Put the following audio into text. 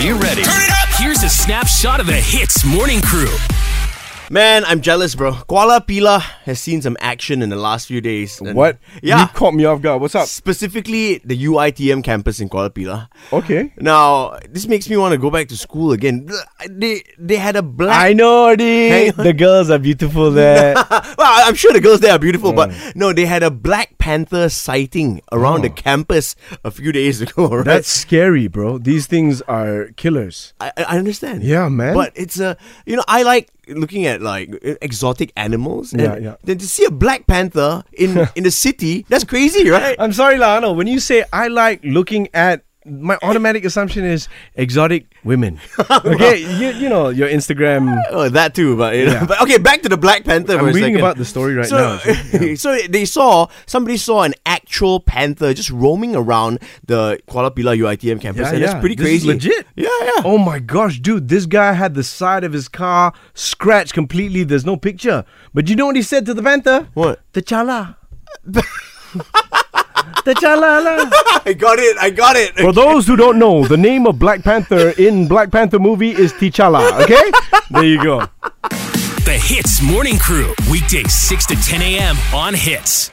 you ready? Turn it up! Here's a snapshot of the Hits Morning Crew. Man, I'm jealous, bro. Kuala Pila has seen some action in the last few days. and- What? You Yeah. caught me off guard. What's up? Specifically, the UITM campus in Kuala Pila. Okay. Now, this makes me want to go back to school again. They they had a black. I know, dude. Hang on. The girls are beautiful there. well, I'm sure the girls there are beautiful, Mm. but no, they had a Black Panther sighting around the campus a few days ago. Right? Oh. That's scary, bro. These things are killers. I, I understand. Yeah, man. But it's a you know I like looking at like e, exotic animals. And Yeah, yeah. Then to see a Black Panther in in the city, that's crazy, right? I'm sorry, Lano. When you say I like looking at my automatic assumption is exotic women. Okay, you, you know your Instagram. Oh, that too, but you know. Yeah. But okay, back to the Black Panther. for a I'm reading second. about the story right so, now. so they saw somebody saw an actual panther just roaming around the Kuala Pila UITM campus, Yeah, and yeah. that's pretty This is crazy. legit. Yeah, yeah. Oh my gosh, dude, this guy had the side of his car scratched completely. There's no picture. But you know what he said to the panther? What? T'Challa. T'Challa. la. I got it. I got it. For those who don't know, the name of Black Panther in Black Panther movie is T'Challa, okay? There you go. The Hits Morning Crew, weekdays 6 to 10 a.m. on Hits.